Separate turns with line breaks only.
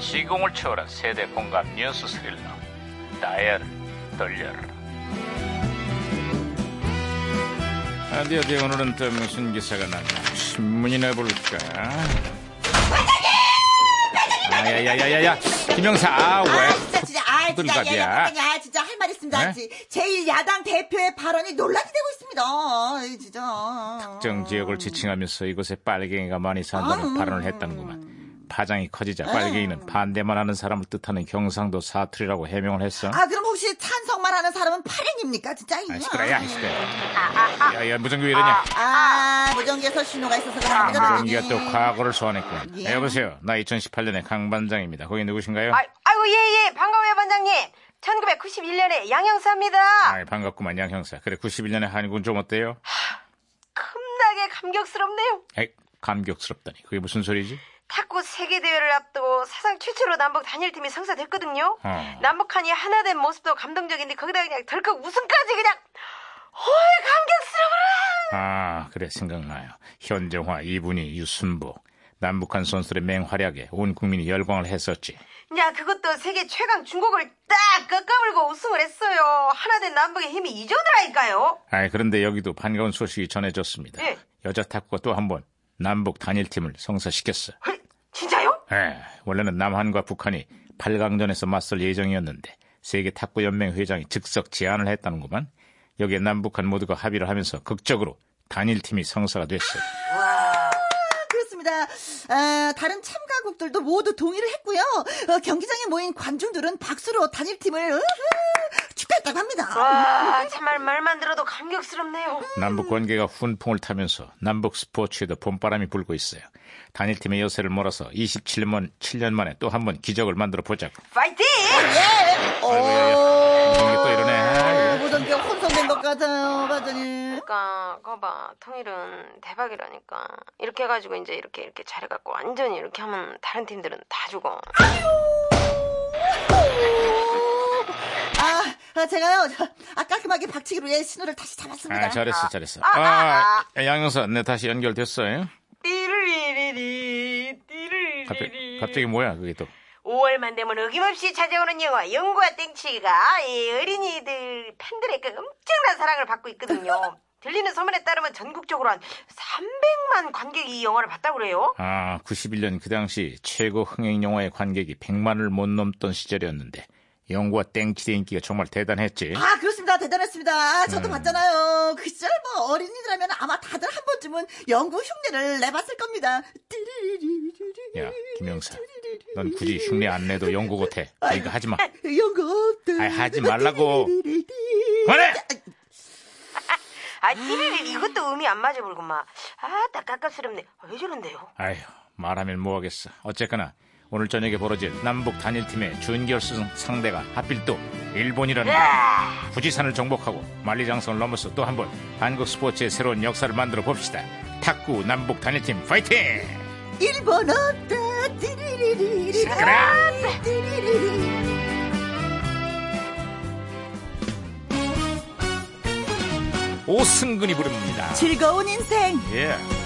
시공을 초월한 세대 공감 뉴스 스릴러 다이얼 돌려라 어디 어디 오늘은 또 무슨 기사가 났나 신문이나 볼까 아, 아야야야야야 김영사 아,
아
왜
진짜 진짜 아 진짜
호들갑이야?
예, 예, 아 진짜 할 말 있습니다.
네?
제일 야당 대표의 발언이 논란이 되고 있습니다. 어이, 진짜.
특정 지역을 지칭하면서 이곳에 빨갱이가 많이 산다는 발언을 했다는구만 파장이 커지자 빨갱이는 반대만 하는 사람을 뜻하는 경상도 사투리라고 해명을 했어
아 그럼 혹시 찬성만 하는 사람은 파랭입니까 진짜?
아, 시끄러야, 시끄러. 야, 야, 무전기 왜 이러냐?
아 무전기에서 신호가 있어서 그런가 보다.
아, 무전기가 또 과거를 소환했구나.
아, 예.
아, 여보세요. 나 2018년의 강 반장입니다. 거기 누구신가요?
아, 아이고 예예 반가워요 반장님. 1991년에 양형사입니다.
아, 반갑구만, 양 형사. 그래, 91년의 한국은 좀 어때요?
흠나게 감격스럽네요.
에이, 감격스럽다니. 그게 무슨 소리지?
탁구 세계 대회를 앞두고 사상 최초로 남북 단일팀이 성사됐거든요.
어.
남북한이 하나 된 모습도 감동적인데 거기다 그냥 덜컥 우승까지 그냥 어이 감격스러워라.
아, 그래, 생각나요. 현정화, 이분이, 유순복. 남북한 선수들의 맹활약에 온 국민이 열광을 했었지.
야 그것도 세계 최강 중국을 딱 꺾어물고 우승을 했어요. 하나 된 남북의 힘이 이 정도라니까요.
아, 그런데 여기도 반가운 소식이 전해졌습니다.
예.
여자 탁구가 또 한 번 남북 단일팀을 성사시켰어.
헐, 진짜요?
예, 원래는 남한과 북한이 8강전에서 맞설 예정이었는데 세계 탁구 연맹 회장이 즉석 제안을 했다는구만. 여기에 남북한 모두가 합의를 하면서 극적으로 단일 팀이 성사가 됐어요.
그렇습니다. 아, 다른 참가국들도 모두 동의를 했고요. 어, 경기장에 모인 관중들은 박수로 단일팀을 으흐, 축하했다고 합니다.
와 아, 정말 말만 들어도 감격스럽네요.
남북 관계가 훈풍을 타면서 남북 스포츠에도 봄바람이 불고 있어요. 단일 팀의 여세를 몰아서 27년 7년 만에 또 한 번 기적을 만들어 보자고.
파이팅!
예. 오.
이게 또 이러네. 아, 예.
어, 무전기가 혼선된 것 같아요, 과장님.
그러니까 거봐 통일은 대박이라니까 이렇게 해가지고 이제 이렇게 이렇게 잘해갖고 완전히 이렇게 하면 다른 팀들은 다 죽어
아, 아, 제가요, 아, 깔끔하게 박치기로 예, 신호를 다시 잡았습니다.
아, 잘했어, 잘했어.
아,
아,
아,
양영사, 네 다시 연결됐어요.
띠르리리리
갑자기,
띠르리리
갑자기 뭐야 그게 또.
5월만 되면 어김없이 찾아오는 영화 영구와 땡치기가 이 어린이들 팬들의 그 엄청난 사랑을 받고 있거든요 들리는 소문에 따르면 전국적으로 한 300만 관객이 이 영화를 봤다고 그래요
아, 91년 그 당시 최고 흥행 영화의 관객이 100만을 못 넘던 시절이었는데 영구와 땡키의 인기가 정말 대단했지.
아, 그렇습니다. 대단했습니다. 아, 저도
음.
봤잖아요. 그 시절 뭐 어린이라면 아마 다들 한 번쯤은 영구 흉내를 내봤을 겁니다. 띠리리리리리.
야, 김영사. 넌 굳이 흉내 안 내도 영구 못해. 그러니까 하지 마.
영구. 띠-
아이, 하지 말라고.
띠리리리리.
그래!
아 띠르리리 이것도 음이 안 맞아 불구만 아딱 깝깝스럽네 왜 저런데요
아휴, 말하면 뭐하겠어. 어쨌거나 오늘 저녁에 벌어질 남북 단일팀의 준결승 상대가 하필 또 일본이라는
으아!
부지산을 정복하고 만리장성을 넘어서 또 한 번 한국 스포츠의 새로운 역사를 만들어 봅시다. 탁구 남북 단일팀 파이팅!
일본 없다. 띠리리리리.
시끄러워.
띠리리리.
오승근이 부릅니다.
즐거운 인생.
예.